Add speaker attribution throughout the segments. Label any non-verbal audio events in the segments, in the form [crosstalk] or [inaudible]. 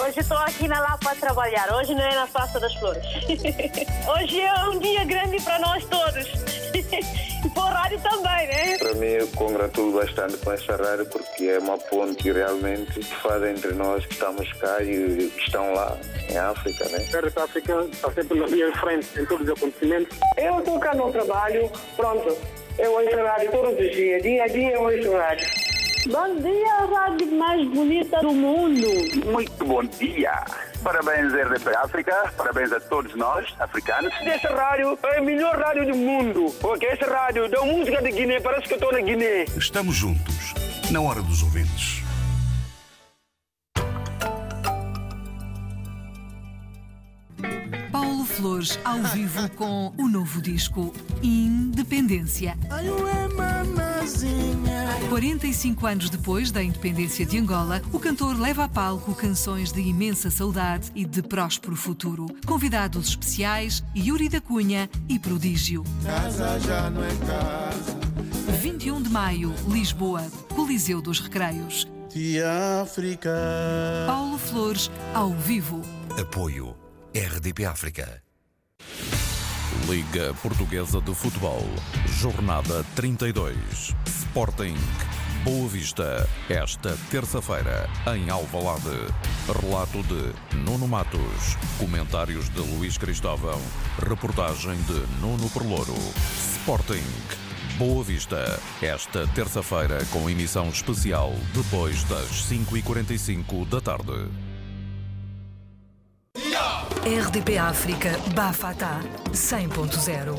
Speaker 1: Hoje estou aqui na Lapa a trabalhar, hoje não é na Praça das Flores. [laughs] Hoje é um dia grande para nós todos. [laughs] E para o rádio também, né?
Speaker 2: Para mim, eu congratulo bastante com esta rádio porque é uma ponte realmente que faz entre nós que estamos cá e que estão lá em África, né?
Speaker 3: A
Speaker 4: tá
Speaker 3: África está sempre na minha frente em todos os acontecimentos.
Speaker 5: Eu estou cá no trabalho, pronto. Eu ouço rádio todos os dias, dia a dia eu ouço rádio.
Speaker 6: Bom dia, rádio mais bonita do mundo.
Speaker 4: Muito bom dia. Parabéns, RDP África. Parabéns a todos nós, africanos.
Speaker 7: Esse rádio é o melhor rádio do mundo. Porque esse rádio dá música de Guiné. Parece que eu estou na Guiné.
Speaker 8: Estamos juntos, na hora dos ouvintes.
Speaker 9: Paulo Flores ao vivo com o novo disco Independência. 45 anos depois da independência de Angola, o cantor leva a palco canções de imensa saudade e de próspero futuro. Convidados especiais Yuri da Cunha e Prodígio.
Speaker 10: Casa já não é casa.
Speaker 9: 21 de maio, Lisboa, Coliseu dos Recreios.
Speaker 10: De África.
Speaker 9: Paulo Flores ao vivo.
Speaker 8: Apoio RDP África.
Speaker 11: Liga Portuguesa de Futebol. Jornada 32. Sporting. Boa Vista. Esta terça-feira, em Alvalade. Relato de Nuno Matos. Comentários de Luís Cristóvão. Reportagem de Nuno Perlouro. Sporting. Boa Vista. Esta terça-feira, com emissão especial, depois das 5h45 da tarde.
Speaker 9: RDP África Bafatá 100.0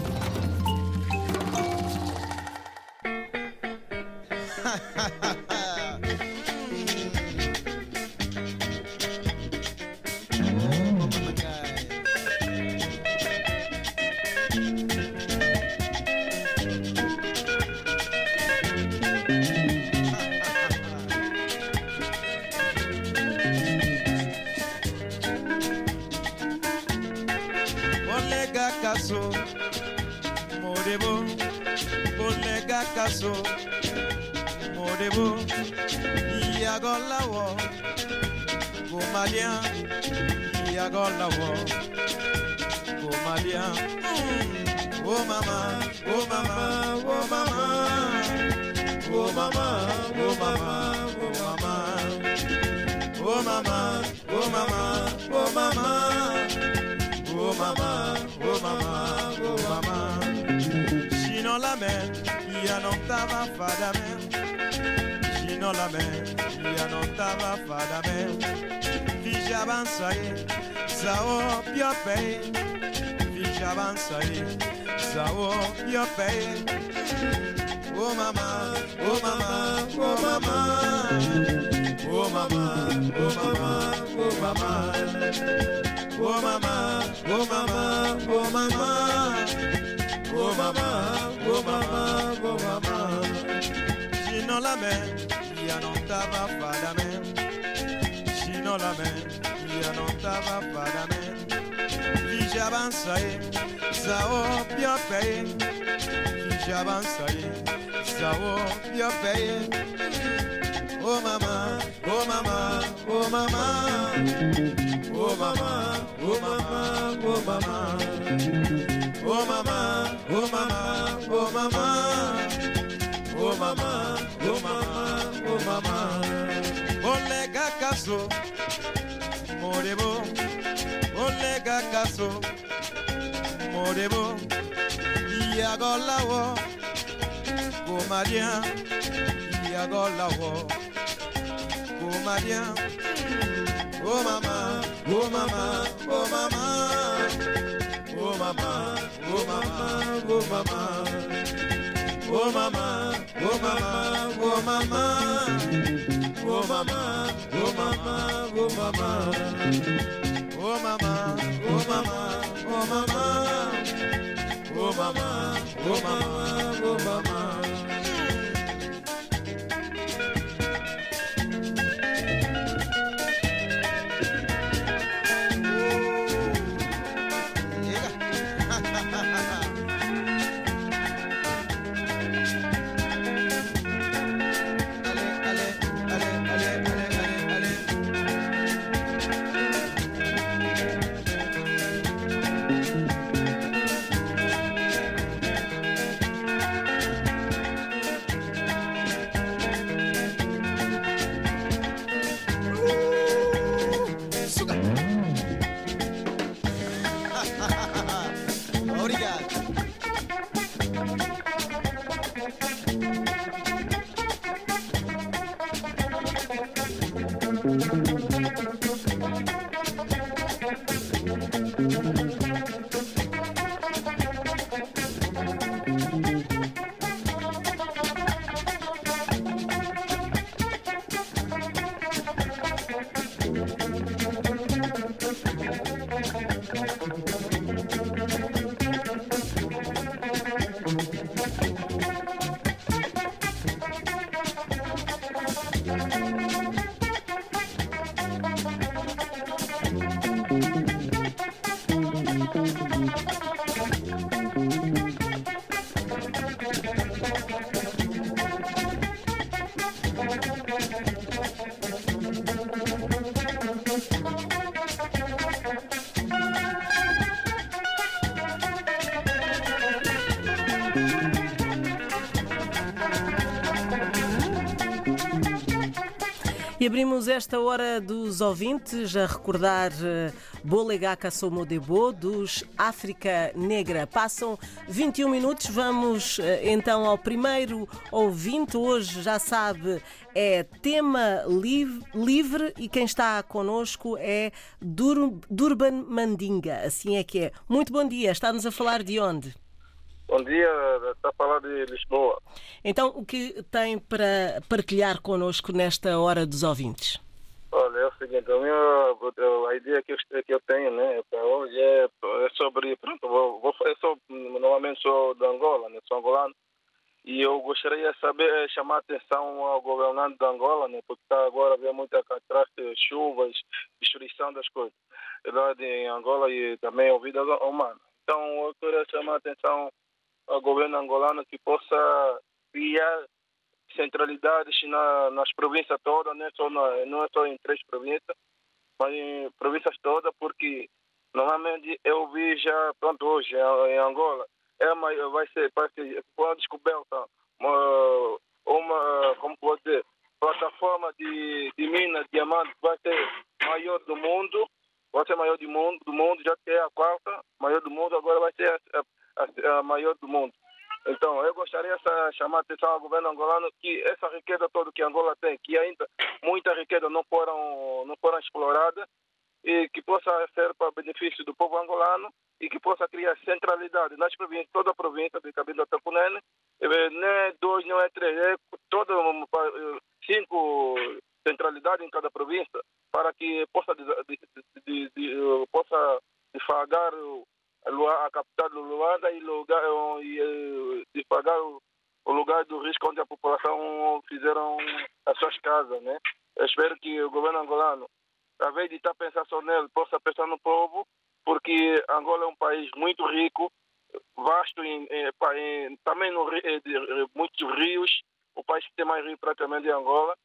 Speaker 10: Bolega caso, morebo. Bolega caso, morebo. Iagolawo, Gomalia. Iagolawo, Gomalia. Oh mama, oh mama, oh mama. Oh mama, oh mama, oh mama. Oh mama, oh mama, oh mama. Oh mama, oh mama, oh mama. She no la mer, ya no tava fada mer. She no la mer, ya no tava fada mer. Fiche avançaye, ça o bien payé. Fiche avançaye, ça o bien payé. Oh mama, oh mama, oh mama. Oh mama, oh mama, oh mama. Oh mama, oh mama, oh mama, oh mama, oh mama, oh mama. She no la man, ya no tava fada man. She no la man, ya no tava fada man. Fiche avançaye, ça o bien payé. Fiche avançaye, ça o bien payé. Oh mama, oh mama, oh mama. Oh mama, oh mama, oh mama. Oh mama, oh mama, oh mama. Oh mama, oh mama, oh mama. Olega caso, morebo. Olega caso, morebo. Iagolawo, gomaria. Iagolawo, gomaria. Oh mama, oh mama, oh mama, oh mama, oh mama, oh mama, oh mama, oh mama, oh mama, oh mama, oh mama, oh mama, oh mama, oh mama, oh mama, oh mama, oh mama, oh mama.
Speaker 12: E abrimos esta hora dos ouvintes a recordar eh, Bolegaca Somodebo dos África Negra. Passam 21 minutos, vamos eh, então ao primeiro ouvinte. Hoje, já sabe, é tema liv- livre e quem está connosco é Dur- Durban Mandinga. Assim é que é. Muito bom dia, está-nos a falar de onde?
Speaker 13: Bom dia, está a falar de Lisboa.
Speaker 12: Então, o que tem para partilhar connosco nesta hora dos ouvintes?
Speaker 13: Olha, é o seguinte, a minha a ideia que eu, que eu tenho né, para hoje é, é sobre, pronto, vou, vou, eu sou, normalmente sou de Angola, né, sou angolano, e eu gostaria de saber, eh, chamar a atenção ao governante de Angola, né, porque está agora a ver muita catástrofe, chuvas, destruição das coisas, lá de Angola e também a vida humana. Então, eu queria chamar a atenção ao governo angolano que possa criar centralidades na, nas províncias todas, não é, só na, não é só em três províncias, mas em províncias todas, porque normalmente eu vi já, pronto, hoje eh, em Angola, é uma, vai ser, vai ser uma descoberta, uma, uma como pode dizer, plataforma de, de minas de diamantes vai ser maior do mundo, vai ser maior do mundo, do mundo já que é a quarta maior do mundo, agora vai ser a- a- a maior do mundo. Então, eu gostaria de chamar a atenção ao governo angolano que essa riqueza toda que Angola tem, que ainda muita riqueza não foram, não foram explorada, e que possa ser para benefício do povo angolano e que possa criar centralidade nas províncias, toda a província de Cabinda Tapunene, eh, não é dois, não é três, é toda uma pa- eh, cinco centralidades em cada província para que possa, desa- de, de, de, de, eh, possa devagar o- a Lua- a capital do Luanda e, lugar, e eh, devagar o o lugar do risco onde a população fizeram as suas casas, né? Eu espero que o governo angolano, ao invés de estar pensando só nele, possa pensar no povo, porque Angola é um país muito rico, vasto em, eh, pa- em- também no, ri- eh, de- eh, muitos rios, o país que tem mais rio praticamente é Angola,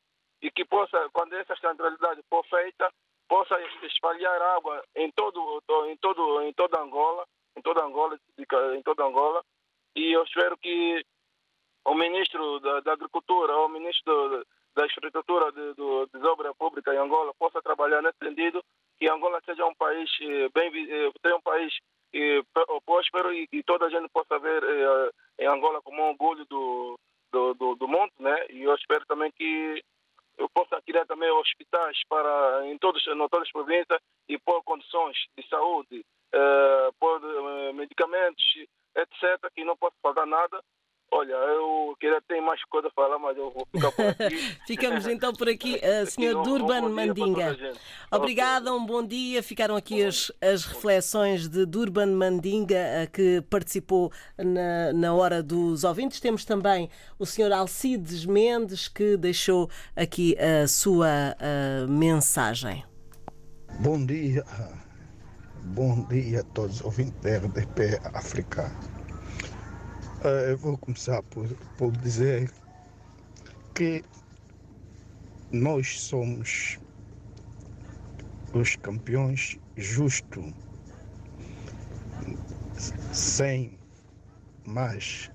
Speaker 13: e que possa, quando essa centralidade for feita, possa es- espalhar água em todo, to- em todo, em toda Angola, em toda Angola, de ca- em toda Angola, e eu espero que o ministro da, da Agricultura, o ministro da- da Infraestrutura de, do, de Obra Pública em Angola possa trabalhar nesse sentido, que Angola seja um país eh, bem, vi- eh, tenha um país eh, pró- próspero e que toda a gente possa ver eh, em Angola como um orgulho do, do, do, do mundo, né? E eu espero também que eu possa criar também hospitais para em todos, em todas as províncias e pôr condições de saúde, eh, pôr eh, medicamentos, etc., que não posso pagar nada. Olha, eu queria ter mais coisa a falar, mas eu vou ficar por aqui. [laughs]
Speaker 12: Ficamos então por aqui, eh,
Speaker 13: Sim,
Speaker 12: Sr.
Speaker 13: um-
Speaker 12: Durban
Speaker 13: um bom dia para toda a
Speaker 12: Mandinga.
Speaker 13: gente.
Speaker 12: Obrigada, um bom dia. Ficaram aqui as, as reflexões de Durban Mandinga, eh, que participou na, na hora dos ouvintes. Temos também o Sr. Alcides Mendes, que deixou aqui a sua eh, mensagem.
Speaker 14: Bom dia, bom dia a todos os ouvintes da RDP África. Eh, Eu vou começar por, por dizer que nós somos os campeões justo, sem mais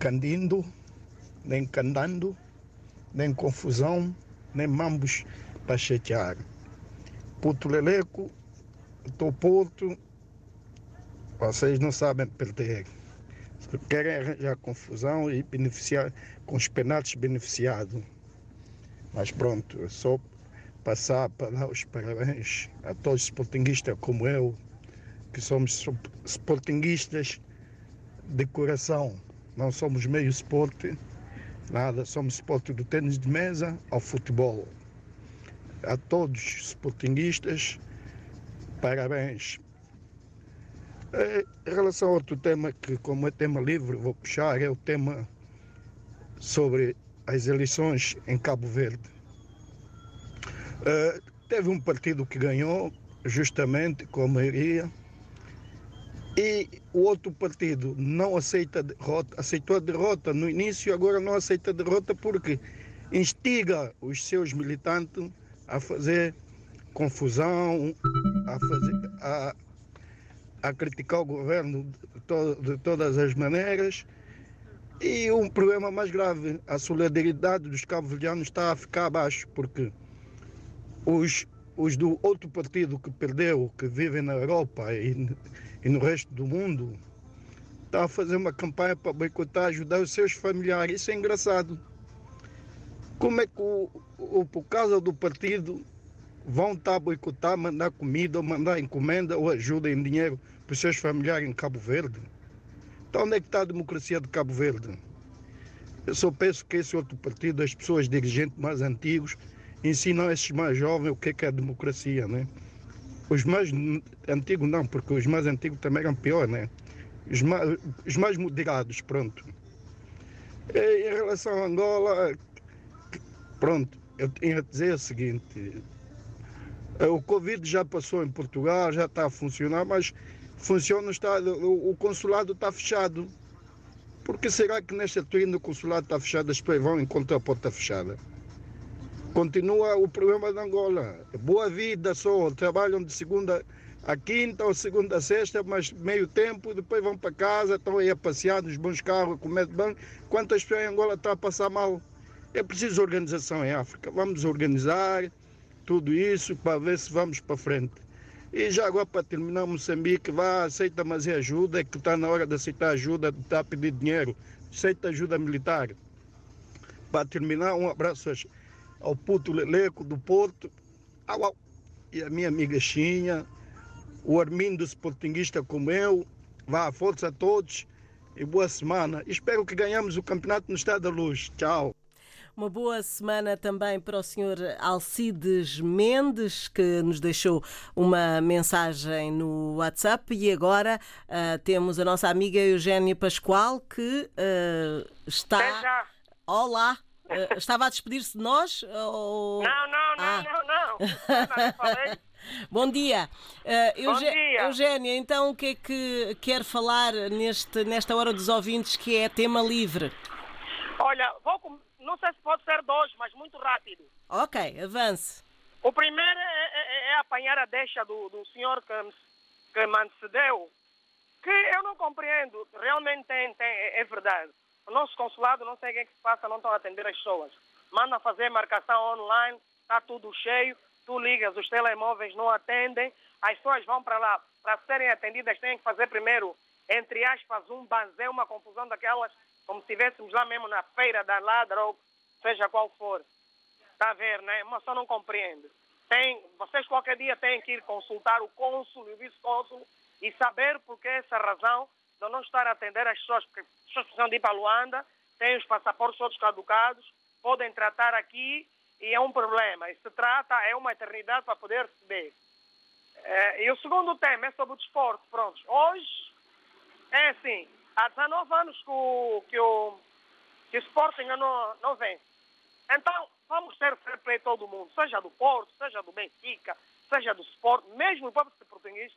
Speaker 14: candindo, nem candando, nem confusão, nem mambos para chatear. Porto Leleco, do Porto, vocês não sabem perder. Só Querem arranjar confusão e beneficiar com os penaltis beneficiados. Mas pronto, eu só passar para dar os parabéns a todos os sportinguistas como eu, que somos sup- sportinguistas de coração, não somos meio esporte, nada, somos esporte do tênis de mesa ao futebol. A todos os sportinguistas, parabéns. Eh, Em relação a outro tema, que como é tema livre, vou puxar, é o tema sobre as eleições em Cabo Verde. Eh, teve um partido que ganhou, justamente com a maioria, e o outro partido não aceita a derrota, aceitou a derrota no início, agora não aceita a derrota porque instiga os seus militantes a fazer confusão, a, fazer, a, a criticar o governo de, to- de todas as maneiras. E um problema mais grave, a solidariedade dos cabo-verdianos está a ficar abaixo, porque os, os do outro partido que perdeu, que vivem na Europa e, n- e no resto do mundo, está a fazer uma campanha para boicotar, ajudar os seus familiares. Isso é engraçado. Como é que, o, o- por causa do partido, vão estar a boicotar, mandar comida, ou mandar encomenda, ou ajuda em dinheiro para os seus familiares em Cabo Verde? Então, onde é que está a democracia de Cabo Verde? Eu só penso que esse outro partido, as pessoas dirigentes mais antigos, ensinam esses mais jovens o que é, que é a democracia, né? Os mais n- antigos não, porque os mais antigos também eram pior, né? Os mais, os mais moderados, pronto. E em relação a Angola, pronto, eu tenho a dizer o seguinte, eh, O Covid já passou em Portugal, já está a funcionar, mas funciona, o estado- o o consulado está fechado. Por que será que nesta altura ainda o consulado está fechado, as pessoas vão encontrar a porta fechada? Continua o problema da Angola. Boa vida só, trabalham de segunda a quinta ou segunda a sexta, mas meio tempo, depois vão para casa, estão aí a passear nos bons carros, a comer de banco. Quantas pessoas em Angola estão a passar mal? É preciso organização em África. Vamos organizar, tudo isso para ver se vamos para frente. E já agora para terminar, Moçambique, vá, aceita mas é ajuda, é que está na hora de aceitar ajuda, de estar a pedir dinheiro, aceita ajuda militar. Para terminar, um abraço aos- ao puto Leleco do Porto, au, au. e a minha amiga Xinha, o Armindo Sportinguista como eu, vá, força a todos e boa semana. Espero que ganhamos o campeonato no Estado da Luz. Tchau.
Speaker 12: Uma boa semana também para o Sr. Alcides Mendes, que nos deixou uma mensagem no WhatsApp. E agora ah, temos a nossa amiga Eugénia Pascoal, que ah, está. Olá! Ah, estava a despedir-se de nós? eh, Ou...
Speaker 15: Não, não, não,
Speaker 12: Ah.
Speaker 15: não, não. Não falei.
Speaker 12: [laughs] Bom dia. Ah,
Speaker 15: Bom
Speaker 12: Eugé-
Speaker 15: dia.
Speaker 12: Eugénia, então o que é que quer falar neste, nesta hora dos ouvintes que é tema livre?
Speaker 15: Olha, vou com- não sei se pode ser dois, mas muito rápido.
Speaker 12: Ok, avance.
Speaker 15: O primeiro é, é- é apanhar a deixa do, do senhor que, me- que me antecedeu, que eu não compreendo. Realmente tem, tem, é, é verdade. O nosso consulado, não sei o que é que se passa, não estão a atender as pessoas. Manda fazer marcação online, está tudo cheio, tu ligas, os telemóveis não atendem, as pessoas vão para lá. Para serem atendidas, têm que fazer primeiro, entre aspas, um banzé, uma confusão daquelas, como se estivéssemos lá mesmo na feira da ladra ou seja qual for. Está a ver, né? Mas só não compreende. Tem, vocês qualquer dia têm que ir consultar o cônsul e o vice-cônsul e saber por que essa razão de não estar a atender as pessoas, porque as pessoas precisam de ir para Luanda, têm os passaportes todos caducados, podem tratar aqui e é um problema. E se trata, é uma eternidade para poder receber. Eh, e o segundo tema é sobre o desporto. Pronto, hoje é assim, há 19 anos que o, que o, que o Sporting não, não vence. Então, vamos ter fair play todo mundo, seja do Porto, seja do Benfica, seja do Sport, mesmo os próprios portugueses,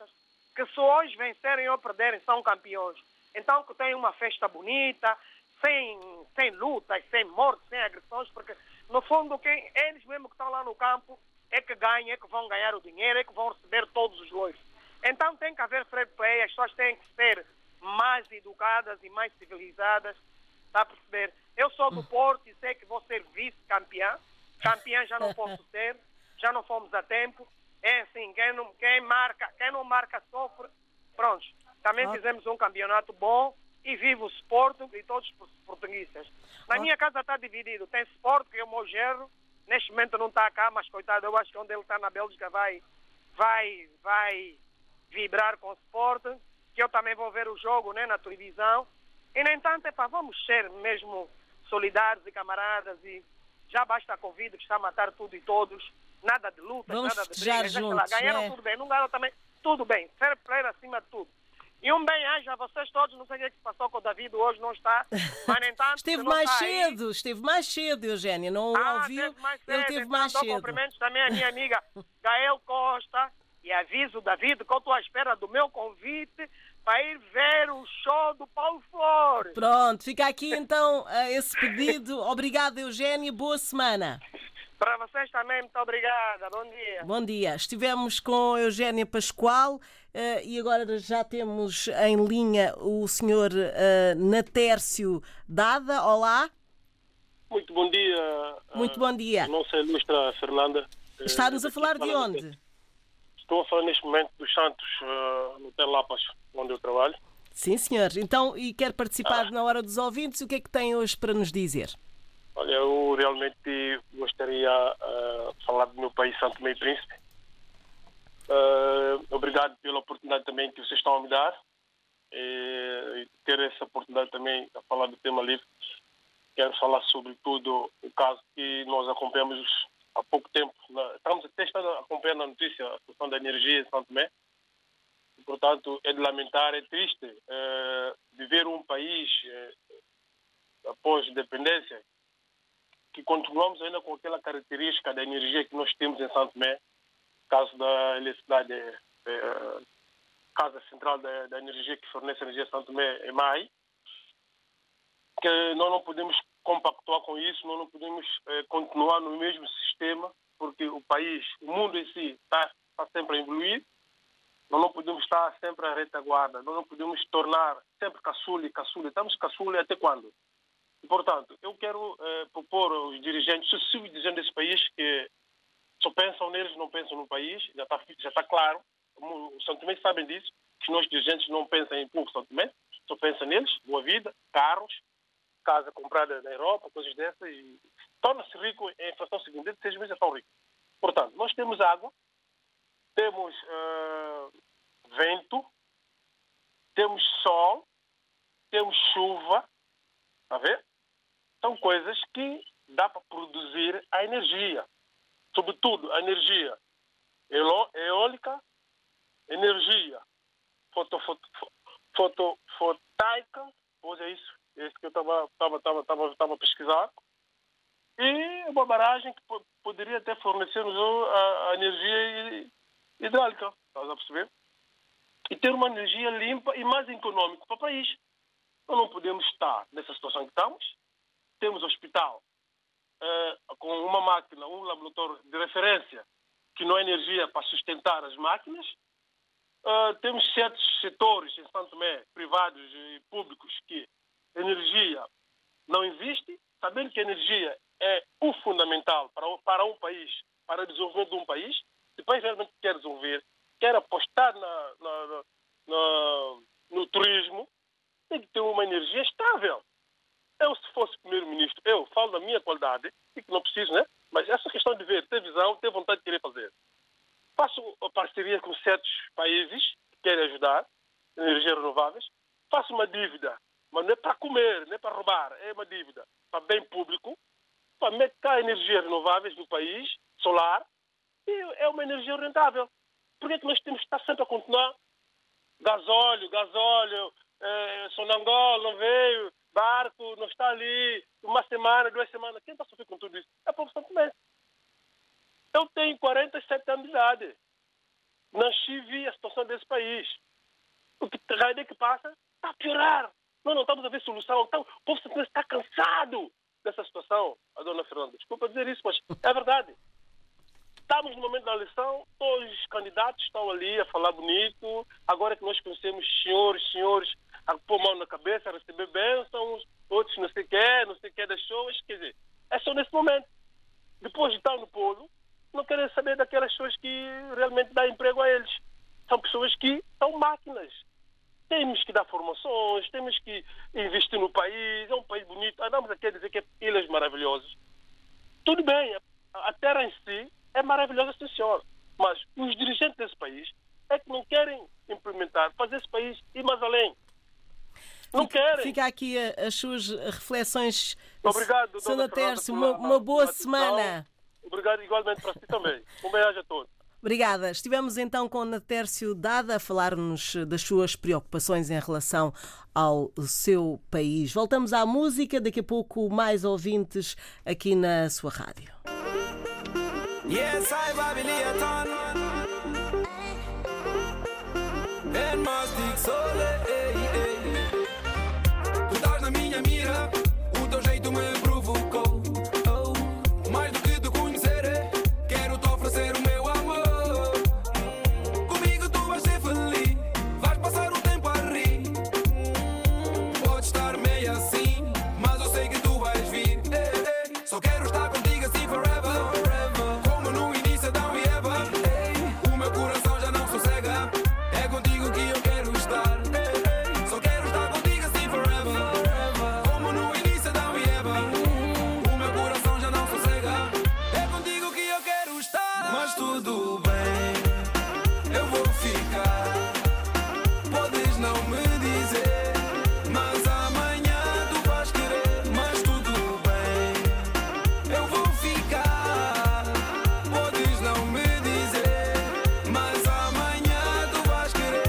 Speaker 15: que se hoje vencerem ou perderem são campeões. Então, que tenha uma festa bonita, sem, sem lutas, sem mortes, sem agressões, porque, no fundo, quem, eles mesmo que estão lá no campo é que ganham, é que vão ganhar o dinheiro, é que vão receber todos os lois. Então, tem que haver fair play, as pessoas têm que ser mais educadas e mais civilizadas Está a perceber? Eu sou do Porto e sei que vou ser vice-campeã. Campeã já não posso ser, já não fomos a tempo. É assim, quem não, quem marca, quem não marca sofre. Pronto, também
Speaker 12: Ok.
Speaker 15: fizemos um campeonato bom e vivo o Sporting e todos os portugueses. Na minha casa está dividido, tem Sporting, que é o meu gerro, Neste momento não está cá, mas coitado, eu acho que onde ele está na Bélgica vai, vai, vai vibrar com o Sport, que eu também vou ver o jogo né, na televisão. E, no entanto, epá, vamos ser mesmo solidários e camaradas e já basta a Covid que está a matar tudo e todos. Nada de luta,
Speaker 12: Vamos
Speaker 15: nada de
Speaker 12: festejar
Speaker 15: brigas, sei lá,
Speaker 12: juntos,
Speaker 15: Ganharam
Speaker 12: né?
Speaker 15: tudo bem, não ganharam também. Tudo bem, fair play acima de tudo. E um bem-aja a vocês todos. Não sei o que é que se passou com o David hoje,
Speaker 12: [laughs]
Speaker 15: não está. Mas, no entanto,
Speaker 12: Esteve
Speaker 15: se não
Speaker 12: mais
Speaker 15: está aí,
Speaker 12: cedo, esteve mais cedo, Eugénia. Não o
Speaker 15: ah,
Speaker 12: ouviu?
Speaker 15: teve mais
Speaker 12: ele
Speaker 15: cedo,
Speaker 12: teve
Speaker 15: então
Speaker 12: mais
Speaker 15: dou
Speaker 12: cedo.
Speaker 15: cumprimentos também à minha
Speaker 12: [laughs]
Speaker 15: amiga Gael Costa e aviso, David, que eu estou à espera do meu convite para ir ver o show do Paulo Flores.
Speaker 12: Pronto, fica aqui então eh, esse pedido. Obrigada, Eugénia. Boa semana.
Speaker 15: Para vocês também, muito obrigada. Bom dia.
Speaker 12: Bom dia. Estivemos com Eugénia Pascoal eh, e agora já temos em linha o senhor eh, Natércio Dada. Olá,
Speaker 16: Muito bom dia.
Speaker 12: muito bom dia.
Speaker 16: Não sei, ilustra Fernanda.
Speaker 12: Está-nos
Speaker 16: Eh,
Speaker 12: a falar de
Speaker 16: Fernanda
Speaker 12: onde?
Speaker 16: Estou a falar neste momento dos Santos, eh, no Telapas, onde eu trabalho.
Speaker 12: Sim, senhor. Então, e quer participar na hora dos ouvintes? O que é que tem hoje para nos dizer?
Speaker 16: Olha, eu realmente gostaria eh, de falar do meu país, Santo Meio Príncipe. Eh, obrigado pela oportunidade também que vocês estão a me dar. Eh, E ter essa oportunidade também a falar do tema livre. Quero falar sobretudo o caso que nós acompanhamos há pouco tempo. na- Estamos até estando acompanhando a notícia, a questão da energia em Santo Tomé. E, Portanto, é de lamentar, é triste eh, viver um país eh, após independência que continuamos ainda com aquela característica da energia que nós temos em Santo Tomé, caso da eletricidade, eh, casa central da, da energia que fornece energia a Santo Tomé é MAI, que nós não podemos compactuar com isso, nós não podemos eh, continuar no mesmo sistema, porque o país, o mundo em si, está está sempre a evoluir, nós não podemos estar sempre à retaguarda, nós não podemos tornar sempre caçula e caçula, estamos caçula até quando? E, Portanto, eu quero eh, propor aos dirigentes, aos subdirigentes desse país, que só pensam neles, não pensam no país, já está já tá claro. Como Os santomenses sabem disso, que nós dirigentes não pensam em povo santomense, só pensam neles, boa vida, carros, casa comprada na Europa, coisas dessas, e torna-se rico em fração seguinte, de seis meses é tão rico. Portanto, nós temos água, temos eh, vento, temos sol, temos chuva, Tá vendo? São coisas que dá para produzir a energia. Sobretudo a energia eó- eólica, energia foto, foto, fo- foto, fotaica, pois é isso, é isso que eu estava tava, tava, tava, tava a pesquisar. E uma barragem que po- poderia até fornecer-nos uh, a, a energia hi- hidráulica, estás a perceber? E ter uma energia limpa e mais econômica para o país. Nós não podemos estar nessa situação que estamos. Temos hospital eh, com uma máquina, um laboratório de referência, que não é energia para sustentar as máquinas. Eh, temos certos setores em Santo Tomé, privados e públicos, que energia não existe. Sabendo que a energia é o fundamental para, o- para um país, para o desenvolvimento de um país, se o país realmente quer desenvolver, quer apostar na- na- na- na- no turismo, tem que ter uma energia estável. Eu, se fosse primeiro-ministro, eu falo da minha qualidade, e que não preciso, né? Mas essa questão de ver, ter visão, ter vontade de querer fazer. Faço uma parceria com certos países que querem ajudar, energias renováveis. Faço uma dívida, mas não é para comer, não é para roubar, é uma dívida para bem público, para meter cá energias renováveis no país, solar, e é uma energia rentável. Por que é que nós temos que estar sempre a continuar gasóleo, gasóleo, eh, sonangol, não veio, barco, não está ali, uma semana, duas semanas. Quem está sofrendo com tudo isso? É o povo santomense. Eu tenho 47 anos de idade. Nasci e vi a situação desse país. O que cada dia que passa está a piorar. Nós não estamos a ver solução. Então, o povo santomense está cansado dessa situação, a dona Fernanda. Desculpa dizer isso, mas é verdade. Estamos no momento da eleição, todos os candidatos estão ali a falar bonito. Agora que nós conhecemos senhores, senhores, a pôr mão na cabeça, a receber bênçãos, outros não sei o
Speaker 13: é,
Speaker 16: que, não sei o que das shows. Quer dizer, é só nesse momento. Depois de estar no polo, não querem saber daquelas pessoas que realmente dão emprego a eles. São pessoas que são máquinas. Temos que dar formações, temos que investir Ah, no país. É um país bonito. Andamos aqui a dizer que é ilhas maravilhosas. Tudo bem, a terra em si é maravilhosa, sim senhor. Mas os dirigentes desse país é que não querem implementar, fazer esse país ir mais além. Não
Speaker 12: Fica-
Speaker 16: querem.
Speaker 12: Fica aqui a- as suas reflexões.
Speaker 16: Obrigado, dona
Speaker 12: Sandra
Speaker 16: Fernanda,
Speaker 12: Terce,
Speaker 16: pela-
Speaker 12: uma, uma boa
Speaker 16: pela atenção.
Speaker 12: semana.
Speaker 16: Obrigado igualmente para si também. Um beijo a todos.
Speaker 12: Obrigada. Estivemos então com a Tércio Dada a falar-nos das suas preocupações em relação ao seu país. Voltamos à música, daqui a pouco mais ouvintes aqui na sua rádio.
Speaker 7: Yes, I Babylon. Ben Mastic Sole. ei, ei. Tu estás na minha mira, o teu jeito me provocou. Oh, Mais do que te conhecer, eh, quero te oferecer o meu amor. Hum, Comigo tu vais ser feliz, vais passar o tempo a rir. Hum, Pode estar meio assim, mas eu sei que tu vais vir. Ei, ei. Só quero estar contigo assim forever. Como no início Adão e Eva Ei, O meu coração já não sossega É contigo que eu quero estar Ei, ei, Só quero estar contigo assim forever Como no início Adão e Eva O meu coração já não sossega É contigo que eu quero estar Mas tudo bem Eu vou ficar Podes não me dizer Mas amanhã tu vais querer Mas tudo bem Eu vou ficar Podes não me dizer, mas amanhã tu vais querer.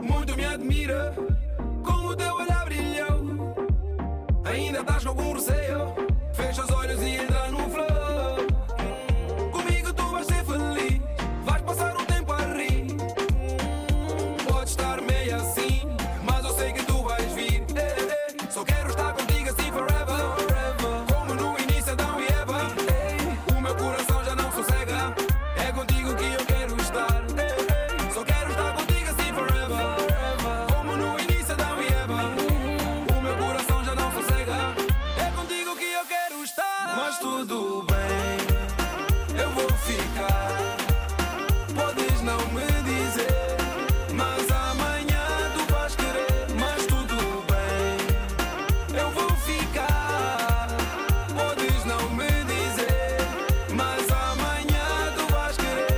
Speaker 7: Muito me admira como o teu olhar brilhou. Ainda estás com algum receio? Fecha os olhos e entra no flow. Comigo tu vais ser feliz, vais passar o tempo a rir. Pode estar meio assim, mas eu sei que tu vais vir. Ei, ei, Só quero estar contigo assim forever. Como no início Adão e Eva. Ei, O meu coração já não sossega. É contigo que eu quero estar. Ei, ei, Só quero estar contigo assim forever. Como no início Adão e Eva. O meu coração já não sossega. É contigo que eu quero estar. Mas tudo bem, eu vou ficar. Podes não me dizer. Mas amanhã tu vais querer, mas tudo bem. Eu vou ficar. Podes não me dizer, mas amanhã tu vais querer.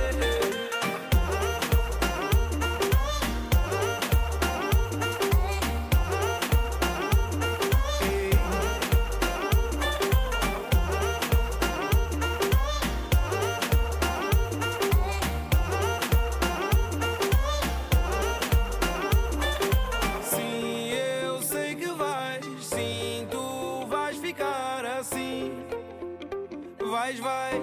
Speaker 7: Sim, eu sei que vais, sim, tu vais ficar assim. Vais, vai.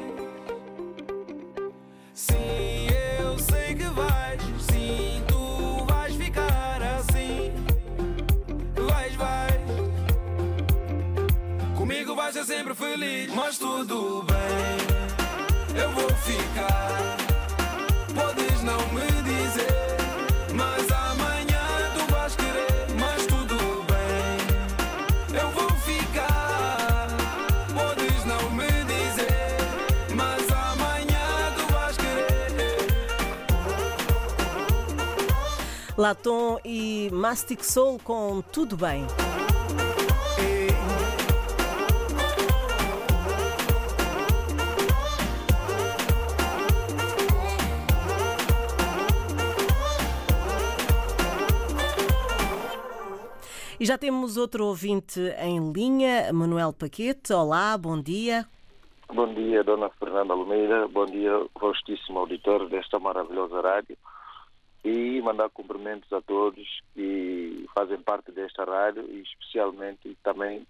Speaker 7: Sim, eu sei que vais, sim, tu vais ficar assim. Vais, vai. Comigo vais ser sempre feliz, mas tudo bem, eu vou ficar. Podes não me dizer. Mas amanhã tu vais querer, mas tudo bem. Eu vou ficar. Podes não me dizer, mas amanhã tu vais querer.
Speaker 12: Latom e Mastic Soul com Tudo Bem. E já temos outro ouvinte em linha, Manuel Paquete. Olá, bom dia.
Speaker 2: Bom dia, Dona Fernanda Almeida. Bom dia, vastíssimo auditório desta maravilhosa rádio. E mandar cumprimentos a todos que fazem parte desta rádio e especialmente também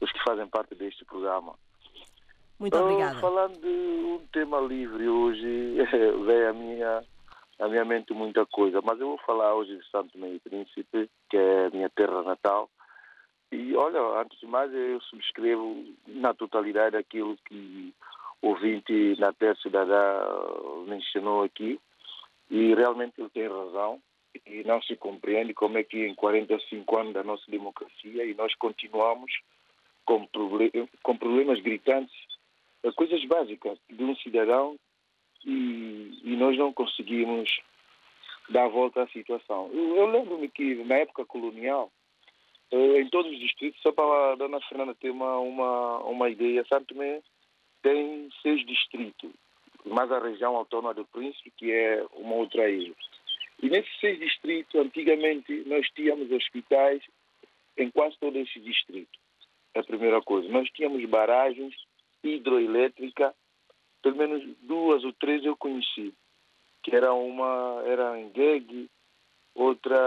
Speaker 2: os que fazem parte deste programa.
Speaker 12: Muito
Speaker 2: Então,
Speaker 12: obrigada.
Speaker 2: Falando de um tema livre hoje, [laughs] veio à minha, à minha mente muita coisa, mas eu vou falar hoje de Santo Meio Príncipe, que é a minha terra natal. E olha, antes de mais, eu subscrevo na totalidade aquilo que o ouvinte na terra cidadã mencionou aqui, e realmente ele tem razão. E não se compreende como é que em 45 anos da nossa democracia e nós continuamos com, proble- com problemas gritantes eh, coisas básicas de um cidadão e, e nós não conseguimos dar a volta à situação. Eu, eu lembro-me que na época colonial, eh, em todos os distritos, só para a dona Fernanda ter uma, uma, uma ideia, Santo Tomé tem seis distritos, mais a região autônoma do Príncipe, que é uma outra ilha. E nesses seis distritos, antigamente, nós tínhamos hospitais em quase todo esse distrito. É a primeira coisa. Nós tínhamos barragens hidroelétrica, pelo menos duas ou três eu conheci, que era uma era em Guegue, outra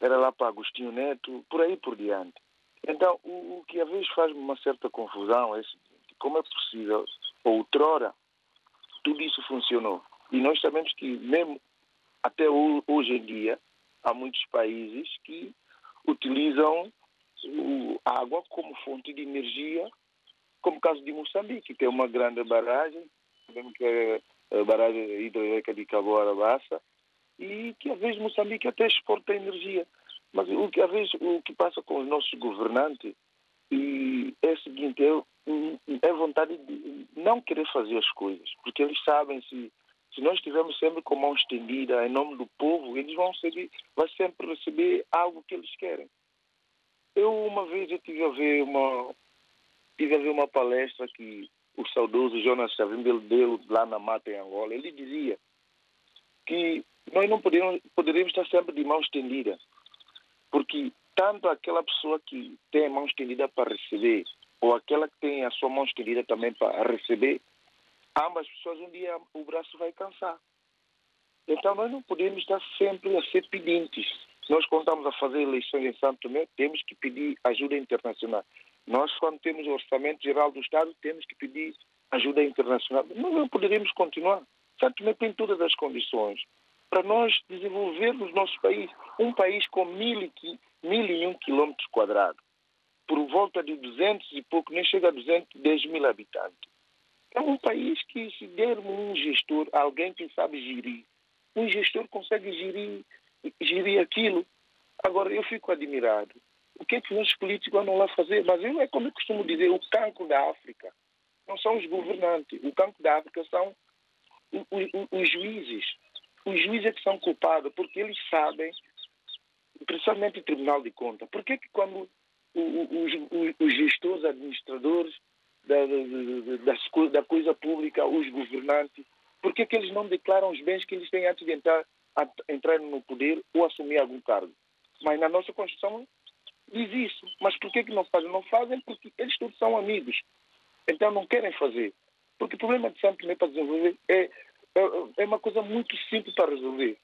Speaker 2: era lá para Agostinho Neto, por aí por diante. Então, o, o que às vezes faz uma certa confusão é o seguinte, como é possível, outrora, tudo isso funcionou. E nós sabemos que, mesmo até ho- hoje em dia, há muitos países que utilizam o- a água como fonte de energia, como o caso de Moçambique, tem uma grande barragem, sabemos que é a barragem hidroelétrica de Cabo Arabaça, e que às vezes Moçambique até exporta energia. Mas o que às vezes o que passa com os nossos governantes e é o seguinte, é, é vontade de não querer fazer as coisas, porque eles sabem se se nós estivermos sempre com a mão estendida em nome do povo, eles vão seguir, vai sempre receber algo que eles querem. Eu uma vez eu tive a ver uma tive a ver uma palestra que o saudoso Jonas Savimbe deu lá na mata em Angola. Ele dizia que nós não poderíamos, poderíamos estar sempre de mão estendida, porque tanto aquela pessoa que tem a mão estendida para receber ou aquela que tem a sua mão estendida também para receber,
Speaker 13: ah,
Speaker 2: ambas as pessoas um dia o braço vai cansar. Então nós não podemos estar sempre a ser pedintes. Nós quando estamos a fazer eleições em Santo Tomé, temos que pedir ajuda internacional. Nós quando temos o orçamento geral do Estado, temos que pedir ajuda internacional. Nós não poderemos continuar. Santo Tomé tem todas as condições para nós desenvolvermos nosso país, um país com mil e, qui- mil e um quilômetros quadrados, por volta de 200 e pouco, nem chega a 210 mil habitantes. É um país que, se dermos um gestor, alguém que sabe gerir, um gestor consegue gerir, gerir aquilo. Agora, eu fico admirado. O que é que nós políticos andam lá fazer? Mas eu, é como eu costumo dizer, o cancro da África não são os governantes. O cancro da África são o- o- o- os juízes. Os juízes é que são culpados, porque eles sabem, principalmente o Tribunal de Contas, por que que quando o- o- os, os- os gestores, administradores da, da- da- das co- da coisa pública, os governantes, por que, que eles não declaram os bens que eles têm antes de entrar, at- entrar no poder ou assumir algum cargo? Mas na nossa Constituição diz isso. Mas por que, que não fazem? Não fazem porque eles todos são amigos. Então não querem fazer. Porque o problema de Santo Tomé para desenvolver é, é, é uma coisa muito simples para resolver.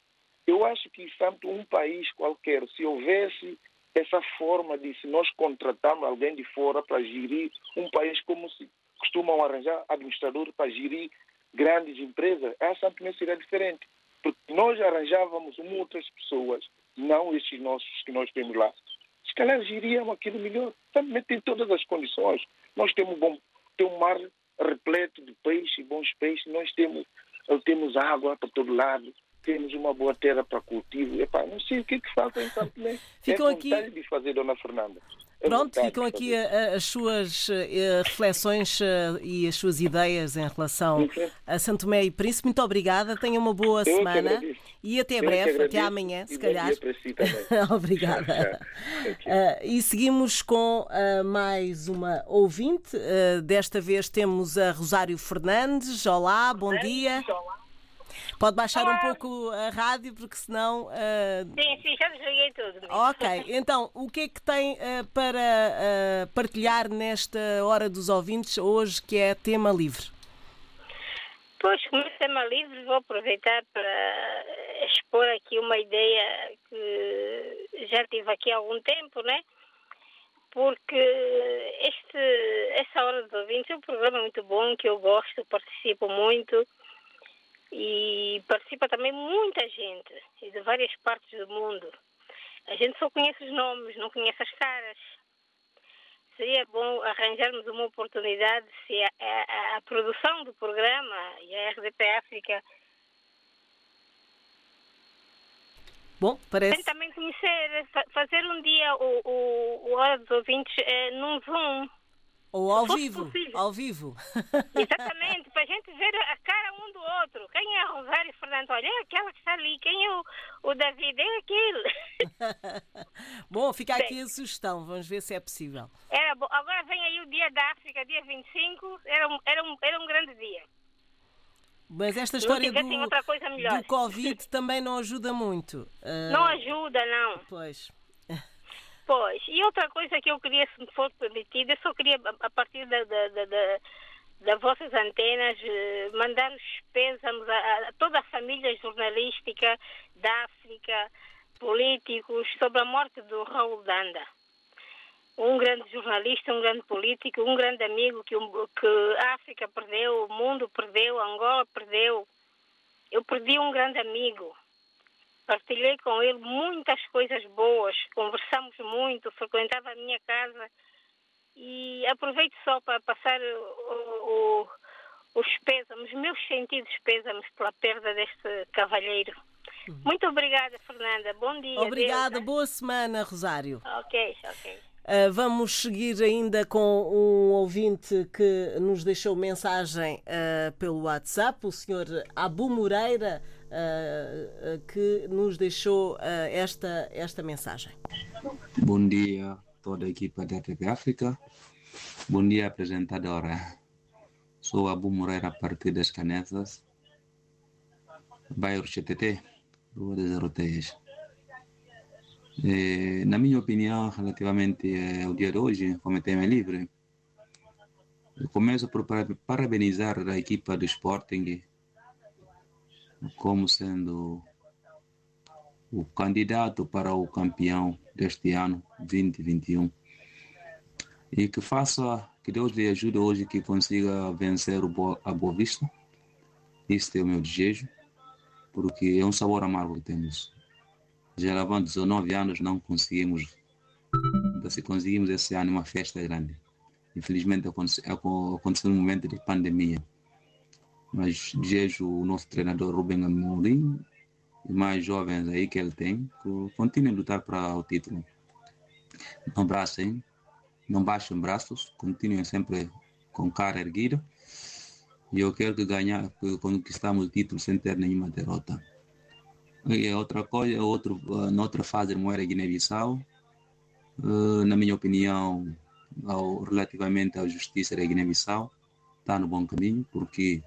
Speaker 2: Eu acho que Santo, um país qualquer, se houvesse essa forma de se nós contratarmos alguém de fora para gerir um país como se costumam arranjar administrador para gerir grandes empresas, É a Santo Tomé seria diferente. Porque nós arranjávamos muitas pessoas, não esses nossos que nós temos lá, se calhar giriam aquilo melhor. Também tem todas as condições. Nós temos bom, tem um mar repleto de peixe, bons peixes, nós temos, temos água para todo lado, temos uma boa terra para cultivo. Epá, não sei o que, que falta em Santo Tomé.
Speaker 12: Ficam
Speaker 2: é
Speaker 12: aqui-
Speaker 2: vontade de fazer, dona Fernanda. É
Speaker 12: Pronto,
Speaker 2: vontade
Speaker 12: ficam
Speaker 2: de
Speaker 12: aqui
Speaker 2: fazer.
Speaker 12: a- a- as suas eh, reflexões eh, e as suas ideias em relação a Santo Tomé e Príncipe. Muito obrigada, tenha uma boa
Speaker 2: Eu é que
Speaker 12: semana
Speaker 2: agradeço.
Speaker 12: e até
Speaker 2: Eu é que
Speaker 12: breve, até
Speaker 2: agradeço
Speaker 12: amanhã,
Speaker 2: e
Speaker 12: se
Speaker 2: bom
Speaker 12: calhar.
Speaker 2: dia para si também.
Speaker 12: [laughs] obrigada. Ah, e seguimos com ah, mais uma ouvinte. Ah, desta vez temos a Rosário Fernandes. Olá, bom dia. Pode baixar um pouco a rádio, porque senão. ah,
Speaker 17: Sim, sim, já desliguei tudo.
Speaker 12: Ok, então o que é que tem eh, para eh, partilhar nesta hora dos ouvintes hoje que é tema livre?
Speaker 17: [laughs] Pois, como o tema livre, vou aproveitar para expor aqui uma ideia que já tive aqui há algum tempo, né? Porque este, essa hora dos ouvintes é um programa muito bom, que eu gosto, participo muito. E participa também muita gente, e de várias partes do mundo. A gente só conhece os nomes, não conhece as caras. Seria bom arranjarmos uma oportunidade se a, a- a produção do programa e a RDP África
Speaker 12: Bom,
Speaker 17: tem
Speaker 12: parece.
Speaker 17: também conhecer, fa- fazer um dia o, o, o Hora dos Ouvintes eh, num Zoom.
Speaker 12: Ou ao vivo, ao vivo. [laughs]
Speaker 17: Exatamente, para a gente ver a cara um do outro. Quem é a Rosário Fernando? Olha, é aquela que está ali. Quem é o, o David?
Speaker 12: [laughs]
Speaker 17: É aquele.
Speaker 12: Bom, fica
Speaker 17: Bem.
Speaker 12: aqui a sugestão, vamos ver se é possível.
Speaker 17: Era bom. Agora vem aí o dia da África, dia 25. Era um, era um, era um grande dia.
Speaker 12: Mas esta
Speaker 17: Não
Speaker 12: história do,
Speaker 17: tivessem assim outra coisa melhor.
Speaker 12: do Covid também não ajuda muito. Ah,
Speaker 17: Não ajuda, não.
Speaker 12: Pois.
Speaker 17: Pois, e outra coisa que eu queria, se me for permitido, eu só queria, a- a partir da, da, da, da- das vossas antenas, eh, mandar os pésamos a, a toda a família jornalística da África, políticos, sobre a morte do Raul Danda. Um grande jornalista, um grande político, um grande amigo que, o- que a África perdeu, o mundo perdeu, Angola perdeu. Eu perdi um grande amigo partilhei com ele muitas coisas boas, conversamos muito, frequentava a minha casa e aproveito só para passar o- o- os pésames, meus sentidos pésames pela perda deste cavalheiro. Muito obrigada, Fernanda. Bom dia.
Speaker 12: Obrigada,
Speaker 17: Deus.
Speaker 12: boa semana, Rosário.
Speaker 17: Ok, ok.
Speaker 12: Uh, vamos seguir ainda com um ouvinte que nos deixou mensagem uh, pelo WhatsApp, o senhor Abu Moreira, uh, uh, que nos deixou uh, esta, esta mensagem.
Speaker 6: Bom dia, toda a equipa da TV África. Bom dia, apresentadora. Sou Abu Moreira, a partir das Canetas, bairro CTT, Rua das Arroteias. Eh, na minha opinião, relativamente eh, ao dia de hoje, como tema livre, eu começo por para- parabenizar a equipa do Sporting como sendo o candidato para o campeão deste ano 2021 e que faça que Deus lhe ajude hoje que consiga vencer o Boa, a Boa Vista. Este é o meu desejo, porque é um sabor amargo que temos. Já lá vão 19 anos, não conseguimos. Então, se conseguimos esse ano uma festa grande. Infelizmente aconte- aco- aconteceu um momento de pandemia. Mas desejo o nosso treinador Ruben Amorim e mais jovens aí que ele tem, que continuem a lutar para o título. Não abracem, não baixem braços, continuem sempre com cara erguida. E eu quero que ganhar, que conquistamos o título sem ter nenhuma derrota. E a outra coisa, outro, ah, na outra fase não era Guiné-Bissau. Eh, na minha opinião, ao- relativamente à justiça da Guiné-Bissau, está no bom caminho, porque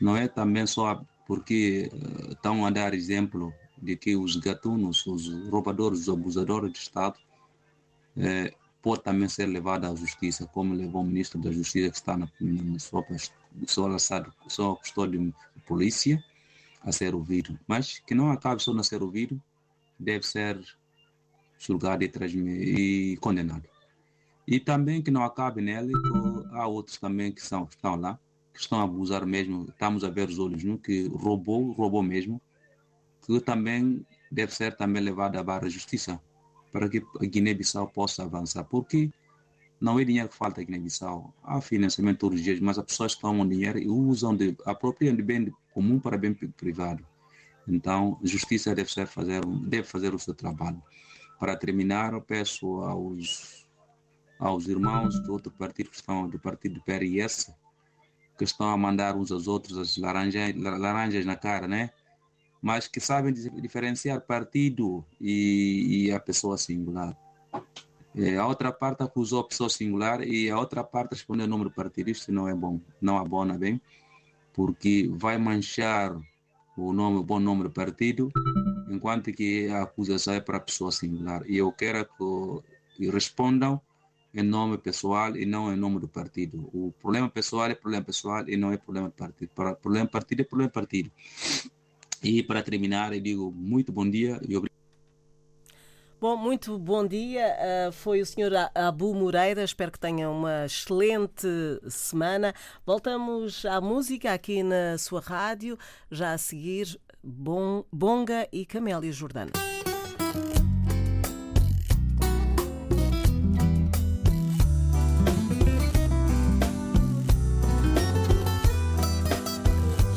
Speaker 6: não é também só a- porque eh, estão a dar exemplo de que os gatunos, os roubadores, os abusadores de Estado, eh, pode também ser levado à justiça, como levou o ministro da Justiça que está na, na, na sua, pres- sua, laçada- sua custódia de polícia a ser ouvido. Mas que não acabe só na ser ouvido, deve ser julgado e, transmi- e condenado. E também que não acabe nele, que há outros também que, são, que estão lá, que estão a abusar mesmo, estamos a ver os olhos, no que roubou, roubou mesmo, que também deve ser também levado à barra de justiça, para que a Guiné-Bissau possa avançar, porque não é dinheiro que falta à Guiné-Bissau, há financiamento todos os dias, mas as pessoas tomam dinheiro e usam, de, apropriam de bem comum para bem pri- privado. Então, justiça deve, ser fazer, um, deve fazer o seu trabalho. Para terminar, eu peço aos, aos irmãos do outro partido, que estão do partido do PRS, que estão a mandar uns aos outros as laranjas, laranjas na cara, né? Mas que sabem dis- diferenciar partido e, e a pessoa singular. É, a outra parte acusou a pessoa singular e a outra parte respondeu o nome do partido. Isto não é bom, não abona bem, porque vai manchar o nome, o bom nome do partido, enquanto que a acusação é para a pessoa singular. E eu quero que respondam em é nome pessoal e não em nome do partido. O problema pessoal é problema pessoal e não é problema do partido. Para- Problema do partido é problema do partido. E para terminar, eu digo muito bom dia e obrigado.
Speaker 12: Bom, muito bom dia. Uh, foi o Sr. A- Abu Moreira. Espero que tenha uma excelente semana. Voltamos à música aqui na sua rádio. Já a seguir, Bon- Bonga e Camélia Jordana.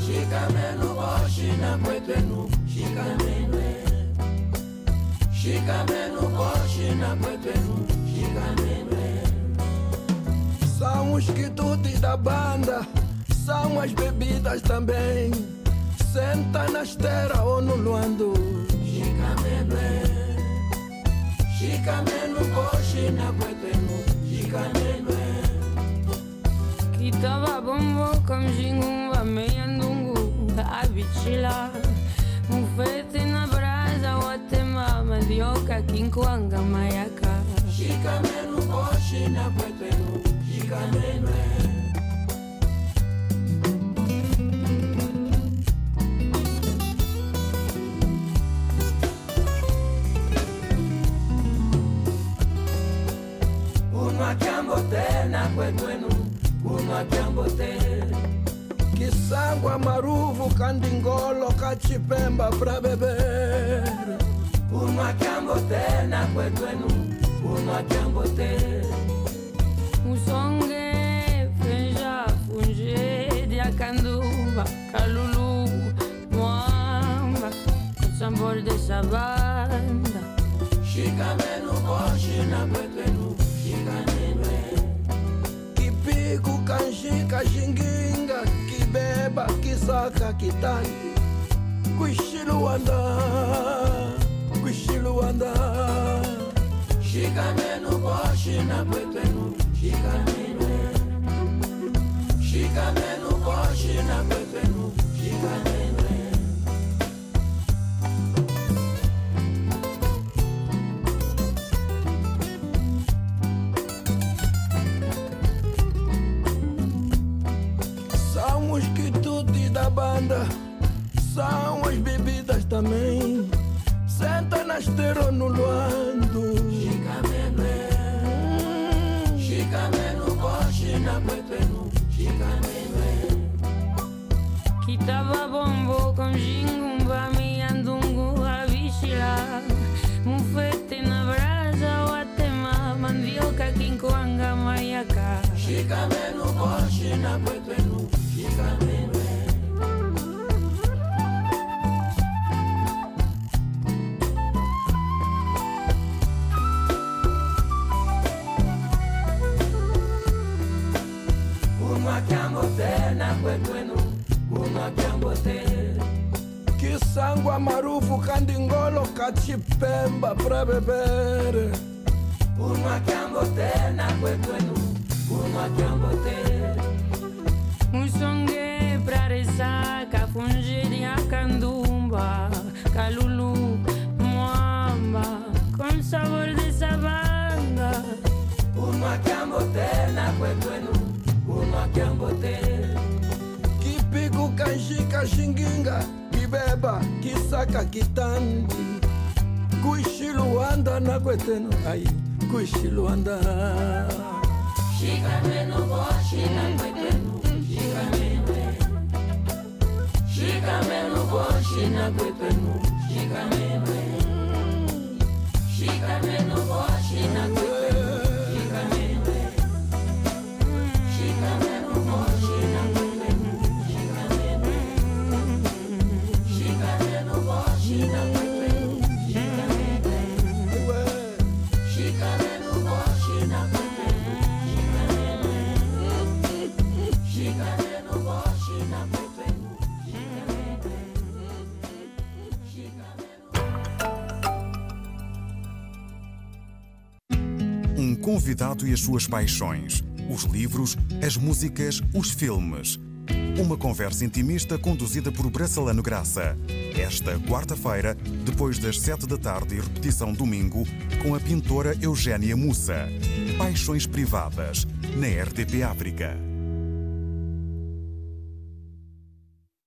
Speaker 7: Shikameno koshina kwetenu shikamenwe
Speaker 18: eh.
Speaker 7: Shikameno koshina kwetenu shikamenwe
Speaker 18: eh.
Speaker 7: Sawa
Speaker 18: São os quitutes da banda, são as bebidas também. Senta na esteira ou no luando. Chica menue, chica menu coxi na guetemu. Chica eh. menue.
Speaker 19: Kitaba bombo kamjingumba meia ndungu da abichila. Mufete na brasa watema mandioca kinkwanga mayaka.
Speaker 18: Chica menu coxi na guetemu. Chica menue. Unwa kyambote na kwetwenu, unwa kyambote.
Speaker 1: Kisangwa, maruvu, candingolo, cachipemba pra beber.
Speaker 18: Unwa kyambote na kwetwenu, unwa kyambote.
Speaker 19: Musonge, feja, funge, diacandumba, calulu, muamba, sambor de sabanda.
Speaker 18: Shikamenu koshi na kwetwenu, shikanenwe.
Speaker 1: Kipico, canjica, jinguinga, que beba, que saca, que tanque. Cuxiluanda, Cuxiluanda.
Speaker 18: Shikamenu koshi na kwetwenu, shikanenwe. Shikamenu koshi na kwetwenu, shikanenwe.
Speaker 1: São os quitutes da banda, são as bebidas também. Senta na esteira ou no luando. Hum.
Speaker 18: Shikamenu, shikamenu koshi na kwetwenu, shikanenwe.
Speaker 19: Kitaba bombo com jingumba minha ndungu avishila Mufete na brasa watema mandioca kinkwanga mayaka
Speaker 18: Shikamenu koshi na kwetwenu, shikanenwe. Unwa kyambote na kwetwenu, unwa kyambote.
Speaker 1: Kisangwa, maruvu, candingolo, cachipemba pra beber.
Speaker 18: Unwa kyambote na kwetwenu, unwa kyambote.
Speaker 19: Musonge pra ressaca fungiria candumba Calulu, muamba com sabor de sabanga
Speaker 18: Unwa kyambote na kwetwenu, unwa kyambote.
Speaker 1: Kipico, canjica, jinguinga, que beba, que saca, que tanque. Cuxiluanda na gueteno, aí, Cuxiluanda.
Speaker 18: Shikamenu koshi na kwetwenu, shikanenwe. Shikamenu koshi na kwetwenu, shikanenwe. Shikamenu koshi na kwetwenu, shikanenwe. Shikamenu koshi na kwetwenu, shikanenwe. Shikamenu koshi na kwetwenu, shikanenwe. Shikamenu koshi na kwetwenu, shikanenwe. Shikamenu koshi na kwetwenu, shikanenwe. Shikamenu
Speaker 8: Um convidado e as suas paixões, os livros, as músicas, os filmes. Uma conversa intimista conduzida por Bracelano Graça. Esta quarta-feira, depois das sete da tarde e repetição domingo, com a pintora Eugénia Mussa. Paixões privadas, na RTP África.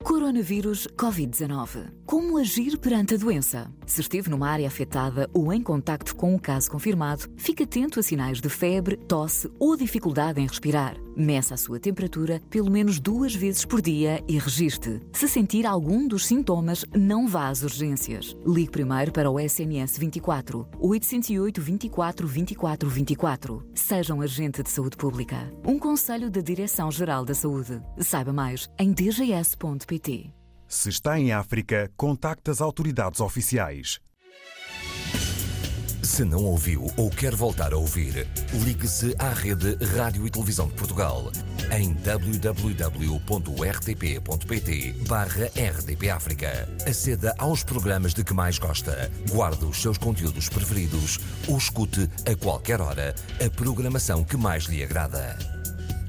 Speaker 20: Coronavírus Covid-19. Como agir perante a doença? Se esteve numa área afetada ou em contacto com um caso confirmado, fique atento a sinais de febre, tosse ou dificuldade em respirar. Meça a sua temperatura pelo menos duas vezes por dia e registre. Se sentir algum dos sintomas, não vá às urgências. Ligue primeiro para o SMS 24 808 24 24 24. Seja um agente de saúde pública. Um conselho da Direção-Geral da Saúde. Saiba mais em dgs.pt.
Speaker 8: Se está em África, contacte as autoridades oficiais.
Speaker 21: Se não ouviu ou quer voltar a ouvir, ligue-se à rede Rádio e Televisão de Portugal em www.rtp.pt barra RDP África. Aceda aos programas de que mais gosta, guarde os seus conteúdos preferidos ou escute a qualquer hora a programação que mais lhe agrada.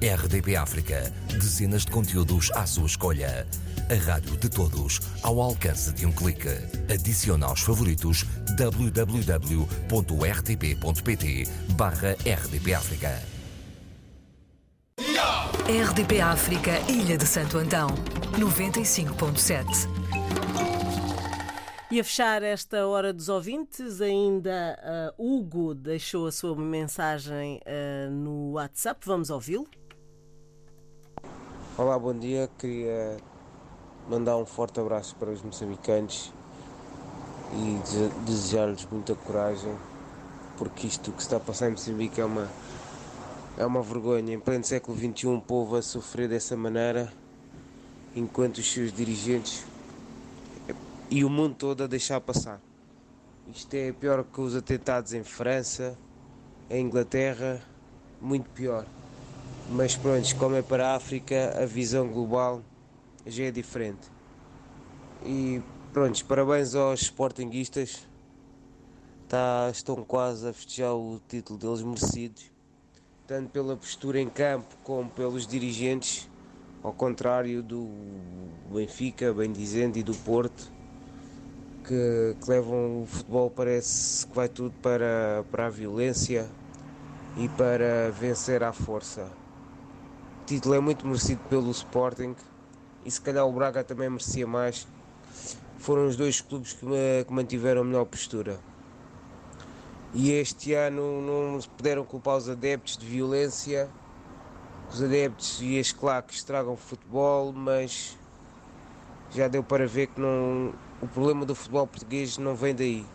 Speaker 21: RDP África, dezenas de conteúdos à sua escolha. A rádio de todos, ao alcance de um clique. Adicione aos favoritos www.rtp.pt barra RDP África.
Speaker 9: RDP África, Ilha de Santo Antão, 95.7.
Speaker 12: E a fechar esta hora dos ouvintes, ainda uh, Hugo deixou a sua mensagem ah, no WhatsApp. Vamos ouvi-lo.
Speaker 22: Olá, bom dia. Queria mandar um forte abraço para os moçambicanos e dese- desejar-lhes muita coragem, porque isto que está a passar em Moçambique é uma, é uma vergonha. Em pleno século XXI, um povo a sofrer dessa maneira, enquanto os seus dirigentes e o mundo todo a deixar passar. Isto é pior que os atentados em França, em Inglaterra, muito pior. Mas pronto, como é para a África, a visão global já é diferente. E pronto, parabéns aos sportinguistas. Tá, estão quase a festejar o título deles merecidos, tanto pela postura em campo como pelos dirigentes, ao contrário do Benfica, bem dizendo, e do Porto, que, que levam o futebol, parece que vai tudo para, para a violência e para vencer à força. O título é muito merecido pelo Sporting e se calhar o Braga também merecia mais. Foram os dois clubes que, ma- que mantiveram a melhor postura. E este ano não se puderam culpar os adeptos de violência. Os adeptos e as claques estragam o futebol, mas já deu para ver que não, o problema do futebol português não vem daí.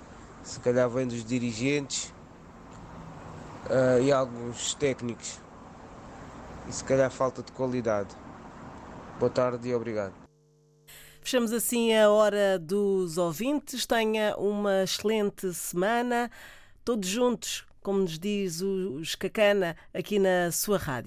Speaker 22: Se calhar vem dos dirigentes ah, e alguns técnicos. E se calhar falta de qualidade. Boa tarde e obrigado.
Speaker 12: Fechamos assim a hora dos ouvintes. Tenha uma excelente semana, todos juntos, como nos diz o os Cacana, aqui na sua rádio.